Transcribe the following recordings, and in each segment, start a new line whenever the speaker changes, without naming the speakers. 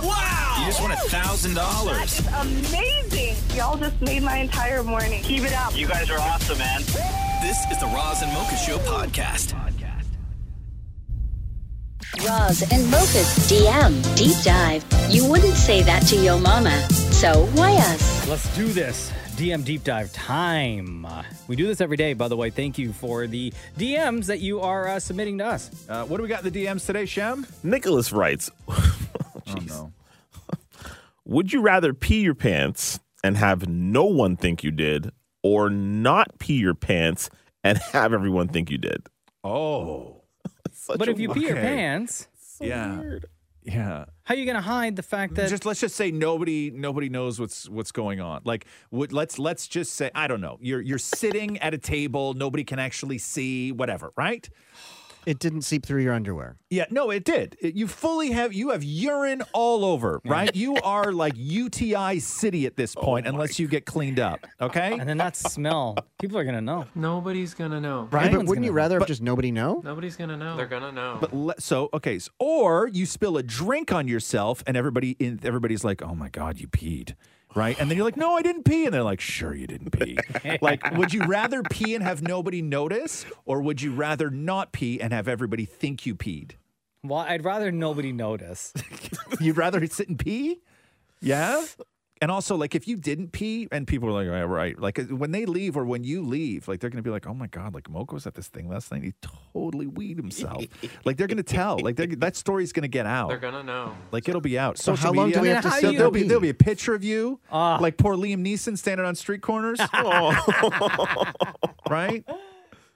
Wow!
You just won a thousand
That
dollars.
is amazing. Y'all just made my entire morning. Keep it up.
You guys are awesome, man.
This is the Roz and Mocha Show podcast.
Roz and Mocha's DM deep dive. You wouldn't say that to your mama, so why us?
Let's do this. DM deep dive time. Uh, We do this every day, by the way. Thank you for the DMs that you are uh, submitting to us.
Uh, what do we got in the DMs today, Shem?
Nicholas writes,
Oh, no.
Would you rather pee your pants and have no one think you did, or not pee your pants and have everyone think you did?
Oh,
Such
But
a
if you pee your
okay.
pants,
yeah. Yeah.
how are you going to hide the fact that
just let's just say nobody nobody knows what's what's going on. Like would, let's let's just say I don't know. You're you're sitting at a table, nobody can actually see whatever, right?
It didn't seep through your underwear.
Yeah, no, it did. It- you fully have you have urine all over, right? You are like UTI city at this point unless you get cleaned up, okay?
and then that smell? People are going to know.
Nobody's gonna know.
Right? but
Everyone's
wouldn't you
gonna-
rather have just nobody know?
Nobody's gonna know. They're gonna know.
But le- so okay, s- or you spill a drink on yourself, and everybody in everybody's like, "Oh my god, you peed." Right, and then you're like, "No, I didn't pee," and they're like, "Sure, you didn't pee." like, would you rather pee and have nobody notice, or would you rather not pee and have everybody think you peed?
Well, I'd rather nobody notice.
You'd rather sit and pee, yeah. And also, like, if you didn't pee, and people are like, "Yeah, right," like uh, when they leave or when you leave, like they're gonna be like, "Oh my god, like Mocha was at this thing last night. He totally weed himself." like they're gonna tell, like they're- that story's gonna get out.
gonna know.
Like it'll be out.
So
Social
how long
media.
do
I
we
mean,
have to
how
sit
do
So
you-
there
there'll be
and
there'll
pee? Ah.
be a picture of you, like poor Liam Neeson standing on street corners, right?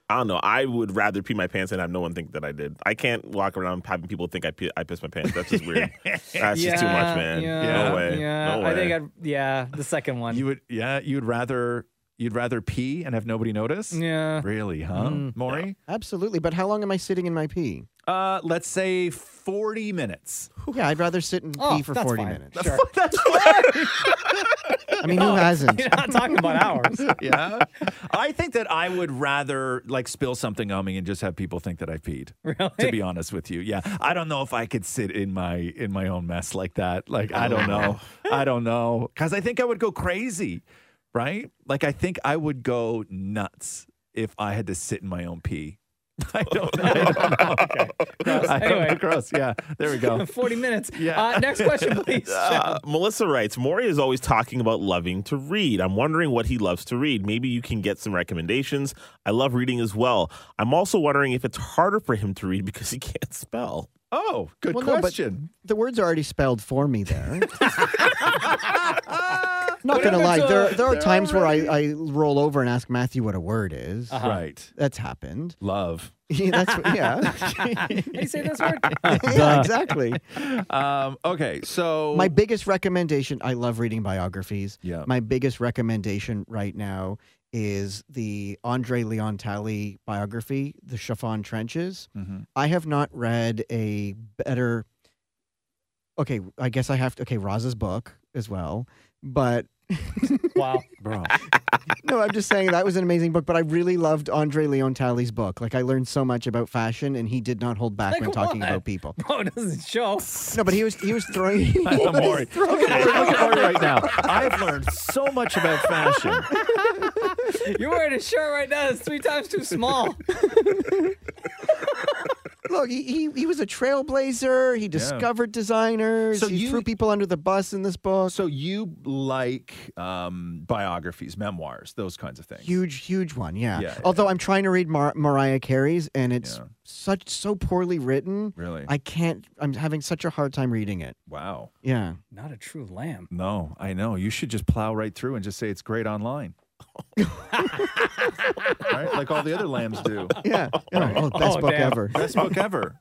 I don't know. I would rather pee my pants and have no one think that I did. I can't walk around having people think I pee, I pissed my pants. That's just weird. That's just too much, man.
Yeah,
no way.
Yeah,
No way.
I think I'd, yeah, the second one.
You would, yeah, you'd rather you'd rather pee and have nobody notice.
yeah.
Really, huh,
Mm.
Maury?
Absolutely. But how long am I sitting in my pee?
Uh, let's say forty minutes.
Yeah, I'd rather sit and pee
Oh,
for
that's
40
fine.
minutes.
Sure.
I mean, who hasn't?
You're not talking about hours.
Yeah, I think that I would rather like spill something on me and just have people think that I peed.
Really?
To be honest with you, yeah, I don't know if I could sit in my in my own mess like that. Like I don't know, I don't know, because I think I would go crazy, right? Like I think I would go nuts if I had to sit in my own pee. I don't know. okay.
Gross.
I don't know.
Anyway.
Gross. Yeah. There we go.
40 minutes.
Yeah.
Uh, next question, please.
Uh, Melissa writes, Maury is always talking about loving to read. I'm wondering what he loves to read. Maybe you can get some recommendations. I love reading as well. I'm also wondering if it's harder for him to read because he can't spell.
Oh, good
Well, no, but
question.
the words are already spelled for me there. Not
Whatever,
gonna lie,
so
there, there are
they're
times where I,
already-
I roll over and ask Matthew what a word is.
Uh-huh.
Right.
That's happened.
Love.
Yeah, that's yeah.
How do you say this word?
yeah, exactly.
Um, okay. So
My biggest recommendation, I love reading biographies.
Yeah.
My biggest recommendation right now is the Andre Leon Talley biography, The Chiffon Trenches.
Mhm.
I have not read a better. Okay, I guess I have to. Okay, Roz's book as well. But
Wow.
bro.
no, I'm just saying that was an amazing book. But I really loved Andre Leon Talley's book. Like, I learned so much about fashion, and he did not hold back
Like
when talking
what?
about people.
Bro, it doesn't show.
No, but he was he was throwing. he
I'm
was
Maury. Look at Maury- look at Maury right now. I've learned so much about fashion.
You're wearing a shirt right now that's three times too small.
Look, he, he, he was a trailblazer. He discovered designers.
So
he
you-
threw people under the bus in this book.
So you like um, biographies, memoirs, those kinds of things.
huge, huge one, yeah.
Yeah, yeah,
Although I'm trying to read Mar- Mariah Carey's, and it's
Yeah.
such so poorly written.
Really?
I can't. I'm having such a hard time reading it.
wow.
Yeah.
Not a true lamb.
No, I know. You should just plow right through and just say it's great online. right? Like all the other lambs do.
Yeah. yeah. Oh, best
Oh,
book
damn.
ever.
Best book ever.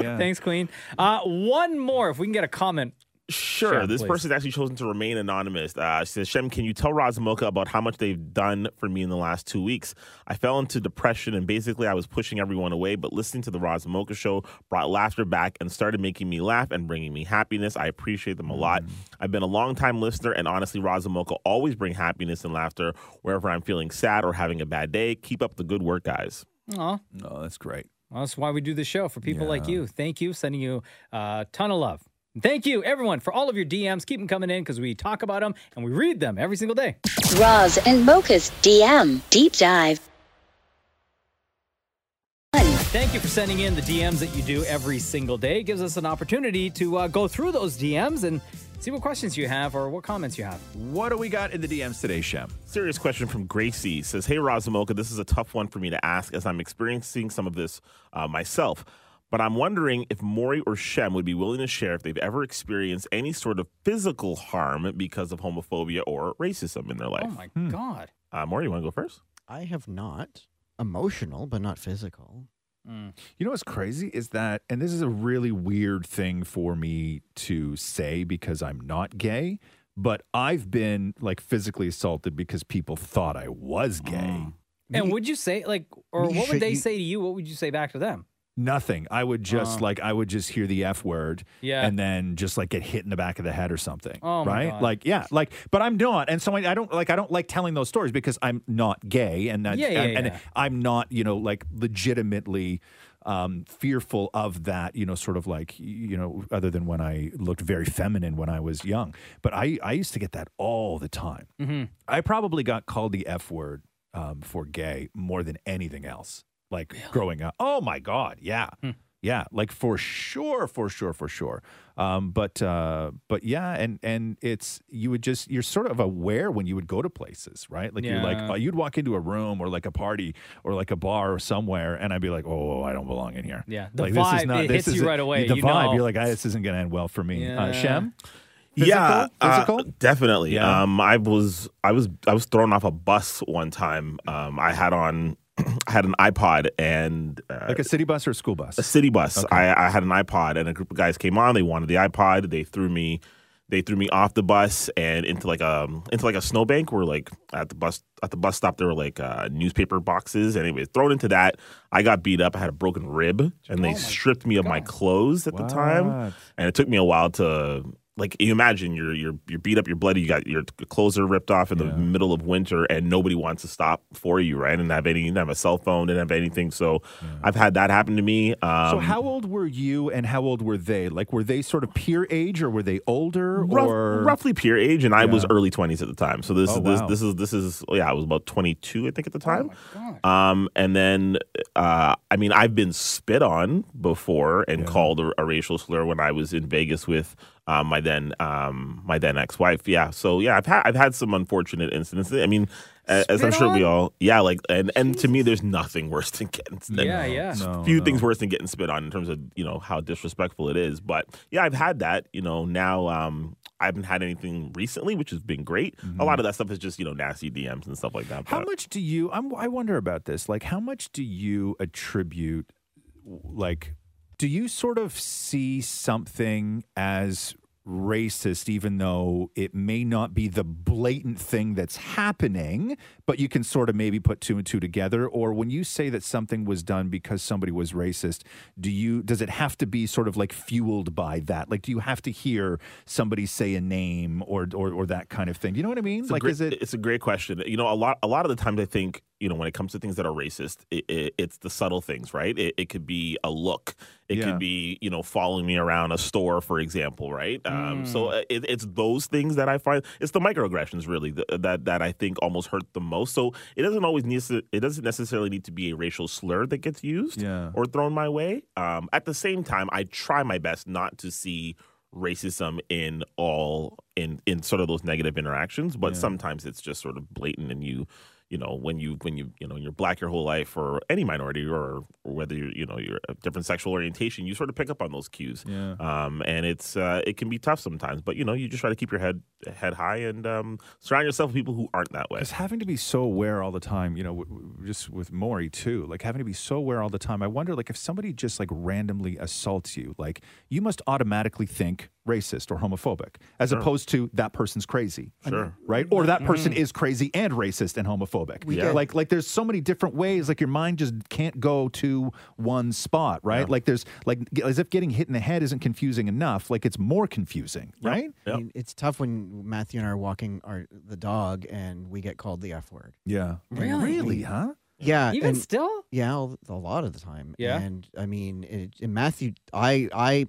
Yeah.
Thanks, Queen. Uh, one more, if we can get a comment
Sure.
Shem,
this
please.
person's actually chosen to remain anonymous. Uh, she says, Shem, can you tell Roz and Mocha about how much they've done for me in the last two weeks? I fell into depression and basically I was pushing everyone away, but listening to the Roz and Mocha show brought laughter back and started making me laugh and bringing me happiness. I appreciate them a
Mm.
lot. I've been a long time listener, and honestly, Roz and Mocha always bring happiness and laughter wherever I'm feeling sad or having a bad day. Keep up the good work, guys.
Aw.
No, Oh, that's great.
Well, that's why we do the show for people like you. Thank you. Sending you a ton of love. Thank you, everyone, for all of your DMs. Keep them coming in because we talk about them and we read them every single day.
Roz and Mocha's DM Deep Dive.
Thank you for sending in the DMs that you do every single day. It gives us an opportunity to uh, go through those DMs and see what questions you have or what comments you have.
What do we got in the DMs today, Shem?
Serious question from Gracie says, "Hey Razamoka, this is a tough one for me to ask as I'm experiencing some of this uh, myself, but I'm wondering if Maury or Shem would be willing to share if they've ever experienced any sort of physical harm because of homophobia or racism in their life."
Oh, my
Hmm.
God.
Uh, Maury, you want to go first?
I have not emotional, but not physical.
You know what's crazy is that, and this is a really weird thing for me to say because I'm not gay, but I've been like physically assaulted because people thought I was gay.
And would you say, like, or
you
what would
should-
they
you-
say to you? What would you say back to them?
Nothing. I would just like I would just hear the F word
Oh. Yeah.
and then just like get hit in the back of the head or something.
Oh, my
right?
God.
Like yeah, like but I'm not. And so I, I don't like I don't like telling those stories because I'm not gay and I,
Yeah, yeah,
and,
yeah.
I'm not, you know, like legitimately um, fearful of that, you know, sort of like, you know, other than when I looked very feminine when I was young. But I, I used to get that all the time. I probably got called the F word um, for gay more than anything else, like growing up. Oh my God. Yeah.
Hmm.
Yeah, like for sure, for sure, for sure. Um, but uh, but yeah, and and it's you would just you're sort of aware when you would go to places, right? Like you're like
Yeah.
uh, you'd walk into a room or like a party or like a bar or somewhere, and I'd be like, "Oh, I don't belong in here."
Yeah. The
like,
vibe, it hits you
isn't-
right away,
The
you
vibe,
know.
you're like, "Ah, "This isn't going to end well for me."
Yeah.
Uh, Shem,
yeah,
Physical?
uh,
Physical?
definitely.
Yeah.
Um, I was, I was, I was thrown off a bus one time. Um, I had on, I had an iPod and uh,
like a city bus or a school bus?
a city bus. I, I had an iPod, and a group of guys came on. They wanted the iPod. They threw me, they threw me off the bus and into like a into like a snowbank where like at the bus at the bus stop there were like uh, newspaper boxes. Anyway, thrown into that. I got beat up. I had a broken rib, and they stripped me of my clothes at the time.
Oh What?
And it took me a while to like you imagine you're you're you're beat up, you're bloody, you got your clothes are ripped off in the middle of winter, and nobody wants to stop for you, right? And have any, didn't have a cell phone, didn't have anything. So I've had that happen to me. Um,
so how old were you and how old were they? Like were they sort of peer age or were they older
rough-
or
roughly peer age, and I was early twenties at the time. So this
Oh,
is this
wow.
this is this is yeah, I was about twenty two, I think, at the time. Um, and then uh, I mean, I've been spit on before and called a, a racial slur when I was in Vegas with uh, my then um, my then ex wife. Yeah, so yeah, I've had I've had some unfortunate incidents. I mean. a- As I'm
Spit
sure we
on?
all, yeah, like, and, and to me, there's nothing worse than getting, than
Yeah, yeah.
No,
few
no.
things worse than getting spit on in terms of you know how disrespectful it is. But yeah, I've had that. You know, now um, I haven't had anything recently, which has been great. A lot of that stuff is just you know nasty DMs and stuff like that.
Mm-hmm. How
but-
much do you? I'm, I wonder about this. Like, how much do you attribute? Like, do you sort of see something as racist, even though it may not be the blatant thing that's happening, but you can sort of maybe put two and two together? Or when you say that something was done because somebody was racist, do you? Does it have to be sort of like fueled by that? Like, do you have to hear somebody say a name or or, or that kind of thing? Do you know what I mean?
It's a
like,
great-
is it?
It's a great question. You know, a lot, a lot of the times, I think you know when it comes to things that are racist, it, it, it's the subtle things, right? It, it could be a look. It
Yeah.
could be you know following me around a store, for example, right? Um, so
Hmm.
uh, it, it's those things that I find it's the microaggressions really th- that that I think almost hurt the most. So it doesn't always need to, it doesn't necessarily need to be a racial slur that gets used
Yeah.
or thrown my way. Um, at the same time, I try my best not to see racism in all in in sort of those negative interactions, but sometimes it's just sort of blatant and you you know when you when you you know you're black your whole life or any minority or, or whether you're you know you're a different sexual orientation you sort of pick up on those cues
Yeah.
um, and it's uh, it can be tough sometimes but you know you just try to keep your head head high and um, surround yourself with people who aren't that way
Because having to be so aware all the time, you know, w- w- just with Maury too, like having to be so aware all the time, I wonder, like, if somebody just like randomly assaults you, like, you must automatically think racist or homophobic, as opposed to that person's crazy.
Sure.
Right? Or that person is crazy and racist and homophobic.
Yeah. get-
Like, like there's so many different ways, like, your mind just can't go to one spot, right? Like, there's like, g- as if getting hit in the head isn't confusing enough, like, it's more confusing, right?
Yep.
I mean, it's tough when Matthew and I are walking our the dog and we get called the F word.
Yeah.
Really?
Really, huh?
Yeah,
Even
and-
still?
Yeah, all- a lot of the time.
Yeah?
and I mean, it, and Matthew, I, I,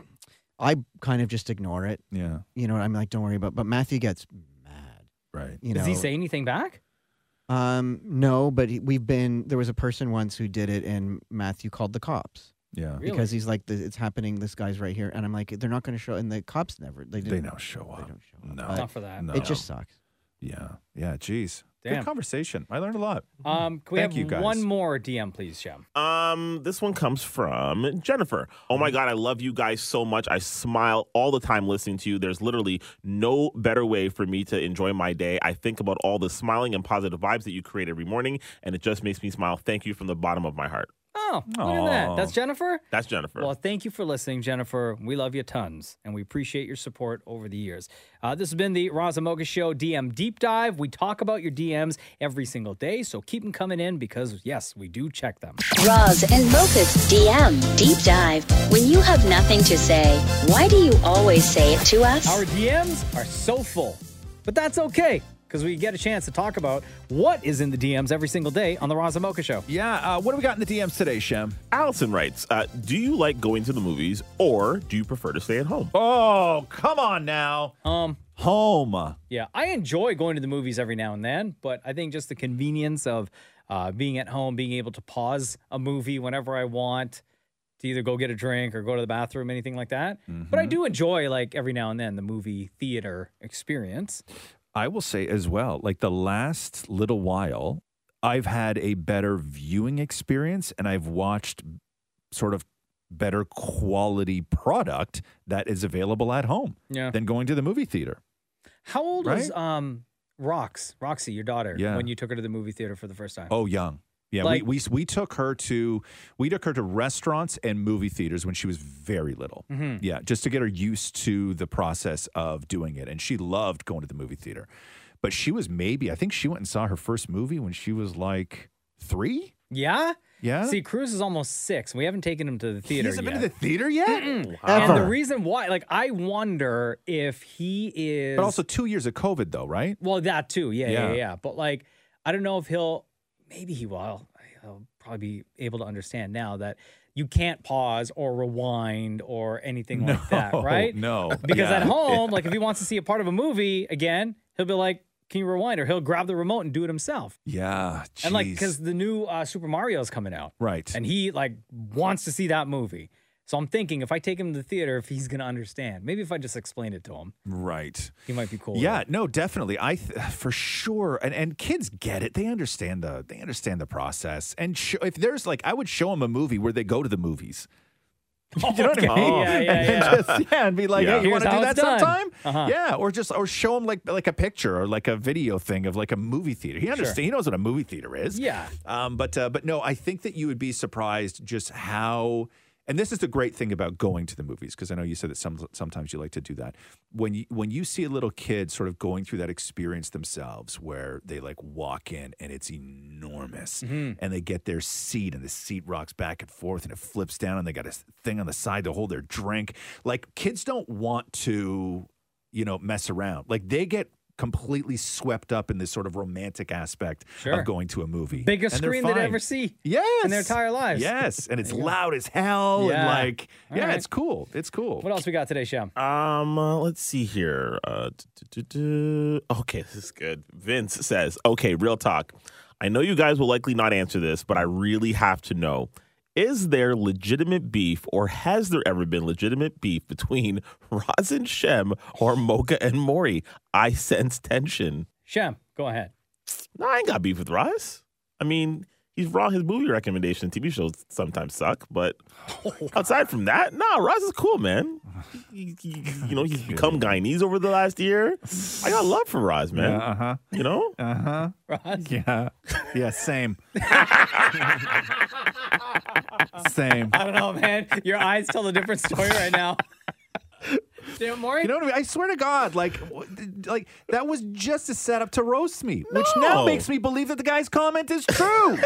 I kind of just ignore it.
Yeah.
You know, I'm like, don't worry about. But Matthew gets mad.
Right.
You know,
Does he say anything back?
Um, no, but he, we've been there was a person once who did it, and Matthew called the cops
Yeah.
Really?
because he's like, "The- it's happening. This guy's right here, and I'm like, they're not going to show, and the cops never. They,
They
didn't,
don't show
They
up.
don't show up.
No.
but
Not for that.
No.
It just sucks.
Yeah. Yeah. Geez.
Damn.
Good conversation. I learned a lot.
Um, can we
Thank
have
you, guys.
one more DM, please, Shem?
Um, this one comes from Jennifer. Oh my god, I love you guys so much. I smile all the time listening to you. There's literally no better way for me to enjoy my day. I think about all the smiling and positive vibes that you create every morning, and it just makes me smile. Thank you from the bottom of my heart.
Oh, look at that.
Aw.
That's Jennifer.
That's Jennifer.
Well, thank you for listening, Jennifer. We love you tons, and we appreciate your support over the years. Uh, this has been the Raza Mocha Show DM Deep Dive. We talk about your DMs every single day, so keep them coming in because, yes, we do check them.
Roz and Mocha's DM Deep Dive. When you have nothing to say, why do you always say it to us?
Our DMs are so full, but that's okay because we get a chance to talk about what is in the DMs every single day on the Raza Mocha Show.
Yeah. Uh, what do we got in the DMs today, Shem?
Allison writes, uh, "Do you like going to the movies, or do you prefer to stay at home?"
Oh, come on now.
Um,
Home.
Yeah, I enjoy going to the movies every now and then, but I think just the convenience of uh, being at home, being able to pause a movie whenever I want to either go get a drink or go to the bathroom, anything like that. But
Mm-hmm.
I do enjoy, like, every now and then the movie theater experience.
I will say as well, like the last little while, I've had a better viewing experience and I've watched sort of better quality product that is available at home
Yeah.
than going to the movie theater.
How old was
Right?
um, Rox, Roxy, your daughter,
Yeah.
when you took her to the movie theater for the first time?
Oh, young. Yeah,
Like-
we, we we took her to we took her to restaurants and movie theaters when she was very little.
Mm-hmm.
Yeah, just to get her used to the process of doing it, and she loved going to the movie theater. But she was maybe I think she went and saw her first movie when she was like three.
Yeah?
Yeah,
See, Cruz is almost six, and we haven't taken him to the
he
theater
hasn't
yet.
been to the theater yet.
and the
Ever.
reason why, like, I wonder if he is.
But also two years of COVID though, right?
Well, that too. Yeah, yeah, yeah,
Yeah.
But like, I don't know if he'll. Maybe he will. He'll probably be able to understand now that you can't pause or rewind or anything like that,
No,
right?
Oh, no.
Because
Yeah.
at home, like, if he wants to see a part of a movie again, he'll be like, "Can you rewind?" Or he'll grab the remote and do it himself.
Yeah,
And like,
jeez.
because the new uh, Super Mario is coming out,
right.
and he like wants to see that movie. So I'm thinking if I take him to the theater, if he's gonna understand. Maybe if I just explain it to him,
right.
he might be cool. with it.
Yeah, no, definitely. I th- for sure, and and kids get it. They understand the they understand the process. And sh- if there's like, I would show them a movie where they go to the movies. you know what I
Okay,
mean?
yeah, yeah,
and then
yeah.
just yeah, and be like,
Yeah.
hey, you want to
Here's
do
how
that
it's done.
sometime?
Uh-huh.
Yeah, or just or show him like like a picture or like a video thing of like a movie theater. He understands. He knows what a movie theater is.
Yeah.
Um, but uh, but no, I think that you would be surprised just how. And this is the great thing about going to the movies because I know you said that some sometimes you like to do that. When you when you see a little kid sort of going through that experience themselves, where they like walk in and it's enormous,
Mm-hmm.
and they get their seat and the seat rocks back and forth and it flips down and they got a thing on the side to hold their drink. Like kids don't want to you know, mess around. Like they get completely swept up in this sort of romantic aspect
Sure.
of going to a movie.
biggest
And they're
screen they'd
fine.
ever see.
Yes.
in their entire lives.
Yes. And it's loud as hell.
Yeah.
And like,
All
yeah,
right.
it's cool. It's cool.
What else we got today, Sham?
Um, uh, let's see here. Uh, du- du- du- du. Okay, this is good. Vince says, "Okay, real talk. I know you guys will likely not answer this, but I really have to know: Is there legitimate beef, or has there ever been legitimate beef between Roz and Shem or Mocha and Maury? I sense tension.
Sham, go ahead.
No, I ain't got beef with Roz. I mean, he's wrong. His movie recommendation TV shows sometimes suck, but outside from that, nah, Roz is cool, man. He- he- he- you know, he's become Guyanese over the last year. I got love for Roz, man.
Uh
uh-huh.
huh.
You know?
Uh huh.
Roz.
Yeah. Yeah. Same. same.
I don't know, man. Your eyes tell a different story right now. Damn, Maury.
You know what I mean? I swear to God, like, w- like that was just a setup to roast me, which now
No.
makes me believe that the guy's comment is true,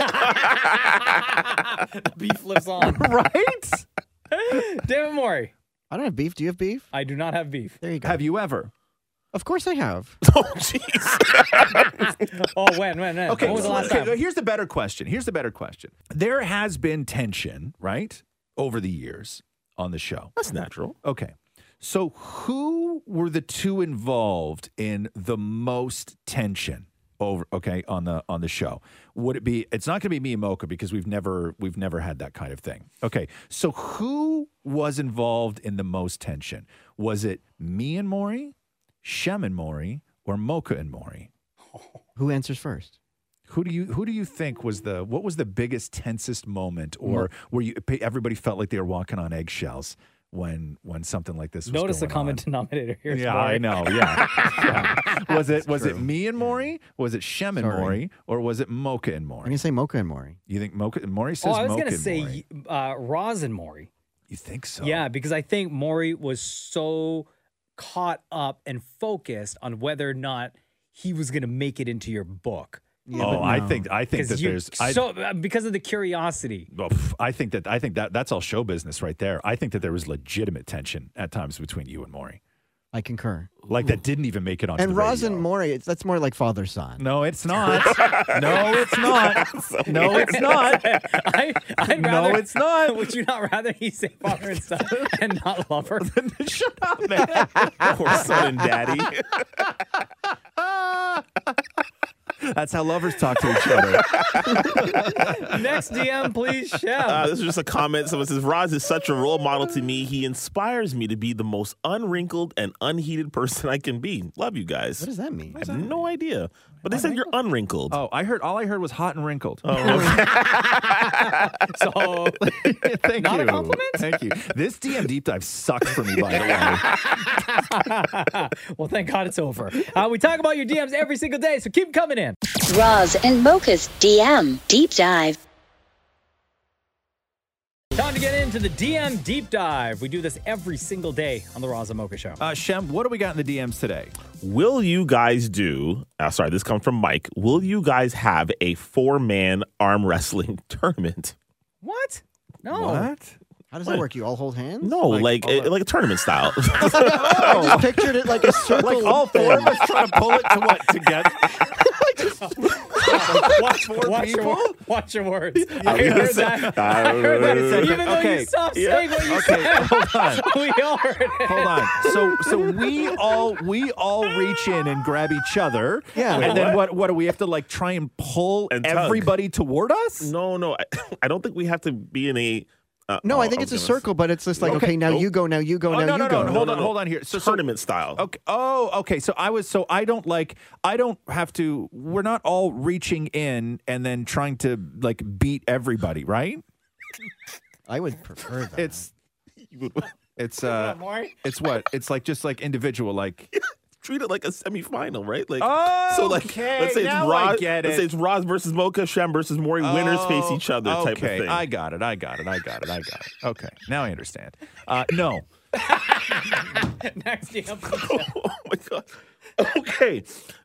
beef lives on.
right?
Damn it, Maury.
I don't have beef. Do you have beef?
I do not have beef.
There you go.
Have you ever?
Of course I have.
Oh, jeez.
Oh, when, when, when?
Okay,
When was the
so-
last
okay,
time?
here's the better question. Here's the better question. There has been tension, right, over the years on the show.
That's natural.
Okay. So who were the two involved in the most tension over okay on the on the show? Would it be it's not gonna be me and Mocha because we've never we've never had that kind of thing. Okay. So who was involved in the most tension? Was it me and Maury, Shem and Maury, or Mocha and Maury?
Who answers first?
Who do you who do you think was the what was the biggest tensest moment or where you everybody felt like they were walking on eggshells when when something like this was
Notice the
going
common
on?
denominator here. is
Yeah,
Maury.
I know. Yeah. Yeah. Was it was it me and Maury? Was it Shem and
Sorry.
Maury? Or was it Mocha and
I'm gonna
Maury?
say Mocha and Maury.
You think Mocha and Maury says
Oh, I was
Mocha
gonna
and
say
Maury.
uh, Roz and Maury.
You think so?
Yeah, because I think Maury was so caught up and focused on whether or not he was going to make it into your book.
Yeah,
oh,
but
I
no.
think I think that
you-
there's I,
so uh, because of the curiosity.
Oh, pff, I think that I think that that's all show business right there. I think that there was legitimate tension at times between you and Maury.
I concur.
Like that didn't even make it onto
And
the
Roz
radio.
and Maury, it's, that's more like father son.
No, it's not. no, it's not. no, it's not.
I, I'd
No,
rather,
it's not.
Would you not rather he say father and son and not lover?
Shut up.
Poor son and daddy.
That's how lovers talk to each other.
Next DM, please, Chef.
Uh, this is just a comment. Someone says, Roz is such a role model to me. He inspires me to be the most unwrinkled and unheated person I can be. Love you guys.
What does that mean?
I have no idea. But they said you're unwrinkled.
Oh, I heard. All I heard was hot and wrinkled.
so
Thank
Not
you.
a compliment?
Thank you. This DM deep dive sucked for me, by the way.
well, thank God it's over. Uh, we talk about your DMs every single day, so keep 'em coming in.
Roz and Mocha's DM Deep Dive.
Time to get into the DM deep dive. We do this every single day on the Raza Mocha Show.
Uh, Shem, what do we got in the DMs today?
Will you guys do? Uh, sorry, this comes from Mike. Will you guys have a four man arm wrestling tournament?
what? No.
How does that work? You all hold hands?
No, like like, a, like a tournament style.
I just pictured it like a circle.
Like all four of us trying to pull it to what together? Watch four
Watch your,
people.
wor- watch your words. I
was gonna
heard
say-
that.
I
I heard that.
Uh,
was gonna say-
Even though
okay.
you stopped saying what you
Okay,
said,
hold on.
we all heard it.
Hold on. So so we all we all reach in and grab each other.
Yeah.
And then what what do we have to like try and pull
And tug.
everybody toward us?
no, no, I, I don't think we have to be in a. Uh,
No,
oh,
I think it's a
was gonna
circle, but it's just like,
Okay.
okay, now
Nope.
you go, now you go,
Oh,
now
no,
you
no,
go.
no, hold on, hold on here. So,
say-
so-
Tournament style.
Okay. Oh, okay. So I was. So I don't like. I don't have to. We're not all reaching in and then trying to like beat everybody, right?
I would prefer that.
It's. It's uh. It's what? It's like just like individual. Like
Treat it like a semifinal, right? Like
Oh,
so, like
okay,
let's say it's
now I
Roz.
get
Let's
it.
say it's Roz versus Mocha, Shem versus Maury. Winners face
Oh,
each other, type of
okay,
thing.
I got it. I got it. I got it. I got it. Okay. Now I understand. Uh, no.
Next DM.
oh my god. Okay.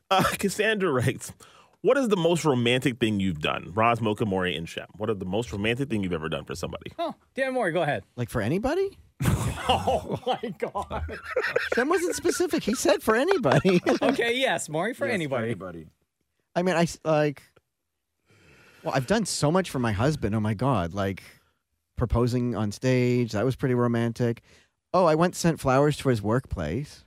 Uh, Cassandra writes, "What is the most romantic thing you've done, Roz, Mocha, Mori, and Shem? What are the most romantic thing you've ever done for somebody?
Oh, Dan Moore, go ahead.
like for anybody?
Oh my God.
Sam wasn't specific. He said for anybody.
Okay, yes, Maury for anybody.
I mean, I s- like. Well, I've done so much for my husband. Oh my god! Like proposing on stage, that was pretty romantic. Oh, I once sent flowers to his workplace.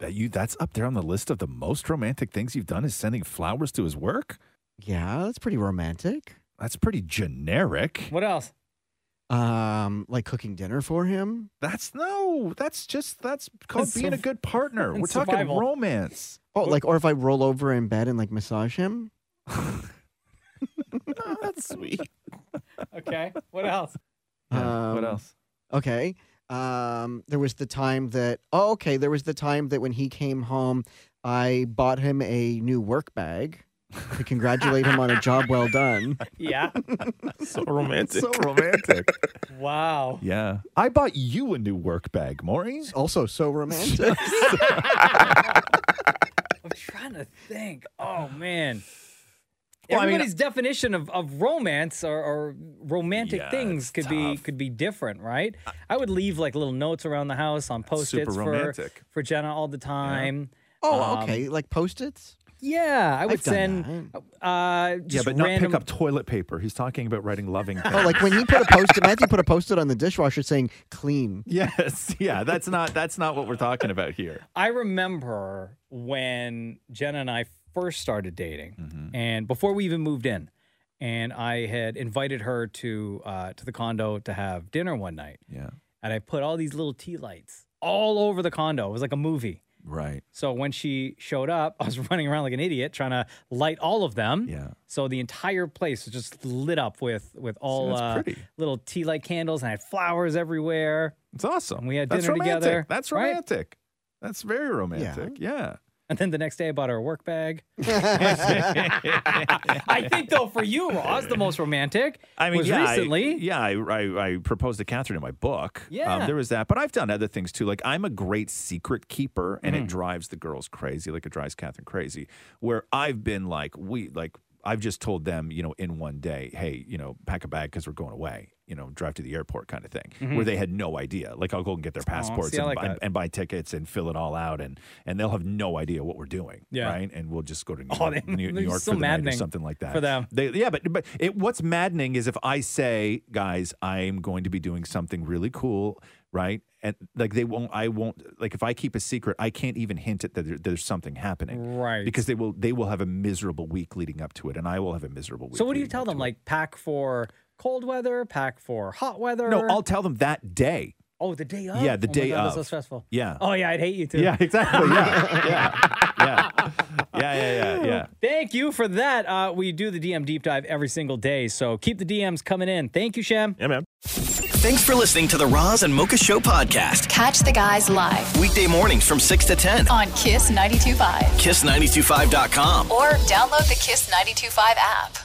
That you. That's up there on the list of the most romantic things you've done is sending flowers to his work.
Yeah, that's pretty romantic.
That's pretty generic.
What else?
Um, like cooking dinner for him.
That's no. That's just that's called
That's
being a
surv-
good partner.
that's
We're talking
survival.
romance.
Oh, like or if I roll over in bed and like massage him.
That's sweet.
Okay. What else?
Yeah, what
Um,
else?
Okay. Um, there was the time that oh, okay, there was the time that when he came home, I bought him a new work bag to congratulate him on a job well done.
Yeah.
So romantic.
So romantic.
Wow.
yeah. I bought you a new work bag, Maury.
Also, so romantic.
I'm trying to think. Oh man.
Well, I mean-
Everybody's definition of, of romance or, or romantic
Yeah,
things
it's
could be
tough.
could be different, right? I would leave like little notes around the house on post its for,
romantic.
for Jenna all the time.
oh, okay, like post-its.
Yeah, I would
I've done
send uh
Yeah,
just
but not
random
pick up toilet paper. He's talking about writing loving things.
Oh, like when he put a post-it, Matthew put a post-it on the dishwasher saying "clean."
Yes. Yeah, that's not that's not what we're talking about here.
I remember when Jenna and I first started dating,
Mm-hmm.
and before we even moved in, and I had invited her to uh, to the condo to have dinner one night,
Yeah.
and I put all these little tea lights all over the condo. It was like a movie.
Right.
So when she showed up, I was running around like an idiot trying to light all of them.
Yeah.
So the entire place was just lit up with with all
that's
uh,
pretty.
little tea light candles, and I had flowers everywhere.
It's awesome.
We had
That's
dinner
romantic.
together,
That's
right?
romantic. That's very romantic. Yeah.
And then the next day, I bought her a work bag. I think, though, for you, Ross, the most romantic
I mean,
was
yeah, I,
recently.
yeah, I, I, I proposed to Catherine in my book. Um,
Yeah.
there was that, but I've done other things too. Like I'm a great secret keeper, and
Mm-hmm.
it drives the girls crazy. Like it drives Catherine crazy. Where I've been like, we like, I've just told them, you know, in one day, hey, you know, pack a bag because we're going away. You know, drive to the airport kind of thing. Where they had no idea. Like I'll go and get their passports
Mm-hmm. see, I
and,
like
buy,
that.
and buy tickets and fill it all out, and and they'll have no idea what we're doing.
Yeah.
Right. And we'll just go to New,
Oh,
York-
they-
New, New
they're
York
so
for the night or
maddening
something like that
for them.
they, yeah, but but it, what's maddening is if I say, guys, I am going to be doing something really cool, right? And like they won't, I won't. Like if I keep a secret, I can't even hint at that there, there's something happening,
Right.
Because they will, they will have a miserable week leading up to it, and I will have a miserable week.
So, what do you
leading
tell
up
them?
to it.
Like, pack for cold weather, pack for hot weather?
no, I'll tell them that day.
Oh, the day of?
Yeah, the
Oh my
day
God, That's so
of.
stressful.
Yeah.
Oh, yeah, I'd hate you too.
Yeah, exactly. Yeah, yeah, yeah, yeah, yeah, yeah. yeah.
Thank you for that. Uh, we do the DM deep dive every single day. So, keep the DMs coming in. Thank you, Shem.
Yeah, man.
Thanks for listening to the Roz and Mocha Show podcast.
Catch the guys live
Weekday mornings from 6 to 10.
on Kiss 92.5
Kiss925.com.
or download the Kiss 92.5 app.